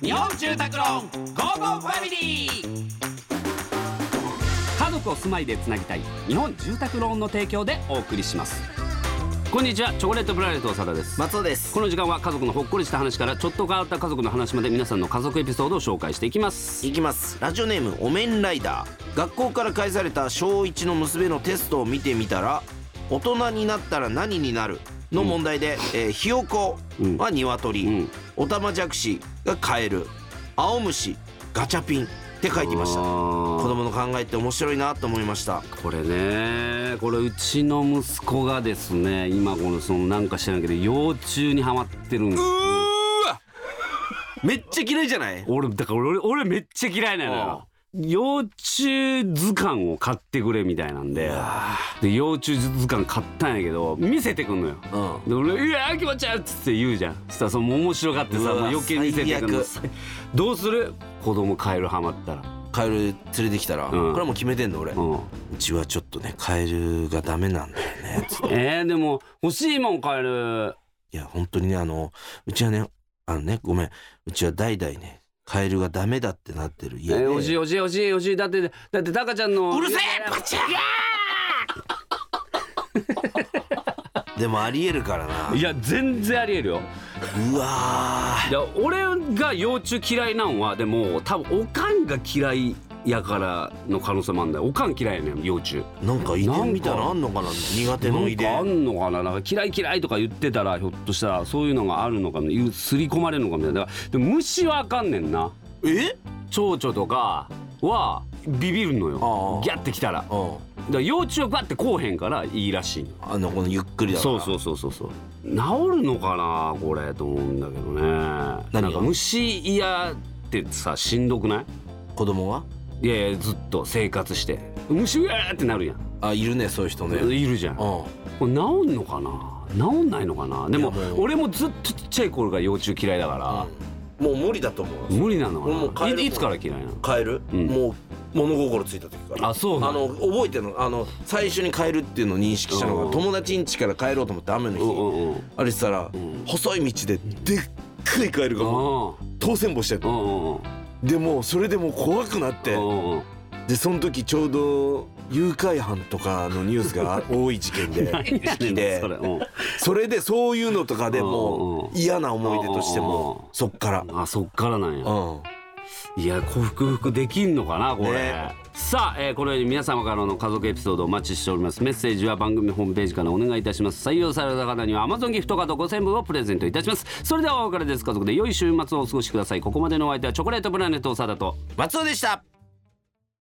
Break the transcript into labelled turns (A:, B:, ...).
A: 日本住宅ローンゴーゴーファミリー家族を住まいでつなぎたい日本住宅ローンの提供でお送りしますこんにちはチョコレートプラネット長田です
B: 松尾です
A: この時間は家族のほっこりした話からちょっと変わった家族の話まで皆さんの家族エピソードを紹介していきます
B: いきますラジオネームお面ライダー学校から返された小1の娘のテストを見てみたら大人になったら何になるの問題で、えーひよこは鶏、
A: うん
B: おたまじゃくしがカエル青虫ガチャピンって書いてました
A: あー
B: 子供の考えって面白いなと思いました
A: これねこれうちの息子がですね今このそのなんか知らんけど幼虫にハマってるんです
B: めっちゃ嫌いじゃない
A: 俺だから俺俺めっちゃ嫌いなのよ幼虫図鑑を買ってくれみたいなんでで幼虫図鑑買ったんやけど見せてくんのよ
B: うん
A: で俺「うわー気持ち悪い」っつって言うじゃんそしたらそのもう面白がってさ
B: うわ
A: もう余計見せてくんの
B: 最
A: どうする子供カエルハマったら
B: カエル連れてきたら、
A: ん
B: これはもう決めてんの俺、う
A: うん
B: ちはちょっとねカエルがダメなんだよねつって
A: えー、でも欲しいもんカエル
B: いや本当にねあのうちはねあのねごめんうちは代々ねカエルがダメだってなってる家で、
A: えー、欲しい欲しい欲しい欲しいだってだってタカちゃんの
B: うるせえバチャでもありえるからない
A: や全然ありえるよ
B: うわ
A: いや俺が幼虫嫌いなんはでも多分おかんが嫌いやからの可能性もあるんだよおかん嫌いやねん幼虫
B: ーなんか遺伝みたいなのあんのかな苦手の遺
A: なんかあ
B: 伝
A: んのかななんか嫌い嫌いとか言ってたらひょっとしたらそういうのがあるのかもすり込まれるのかみたいなだからでも虫はあかんねんな
B: え
A: 蝶々とかはビビるの
B: あ
A: よ
B: あ
A: ギャってきたらだか
B: うん
A: ら幼虫はバッてこうへんからいいらしいの
B: あのこのゆっくりだから
A: そうそうそうそうそう治るのかなこれと思うんだけどね
B: が
A: なんか虫嫌ってさしんどくない
B: 子供はい
A: やいやずっと生活して虫うわーってなるやん、
B: あいるねそういう人ねうん
A: いるじゃんこれ治んのかな治んないのかなでも
B: いやもう
A: 俺もずっとちっちゃい頃が幼虫嫌いだから、
B: もう無理だと思う
A: 無理なの
B: 俺もう
A: か
B: 帰
A: な
B: るもん
A: いいつから嫌いなの
B: カエル、
A: うん
B: もう物心ついた時から
A: あそうな
B: あ
A: の
B: の覚えてるのあの最初にカエルっていうのを認識したの
A: うん
B: が友達ん家から帰ろうと思って雨の日、
A: うんうんうん
B: あれしたら、
A: ん
B: 細い道ででっかいカエルがもう当選簿してる
A: うんうんうん
B: でもうそれでもう怖くなって
A: うんうん
B: でその時ちょうど誘拐犯とかのニュース が多い事件で好きで
A: それうん
B: それでそういうのとかで
A: うん
B: も
A: うん
B: う嫌な思い出として
A: うん
B: もそっから
A: あそっからなんや
B: うん
A: いや克服できんのかなこれ、
B: ね
A: さあ、えーこのように皆様からの家族エピソードをお待ちしておりますメッセージは番組ホームページからお願いいたします採用された方には Amazon ギフトカード5000分をプレゼントいたしますそれではお別れです家族で良い週末をお過ごしくださいここまでのお相手はチョコレートプラネット長田と
B: 松尾でした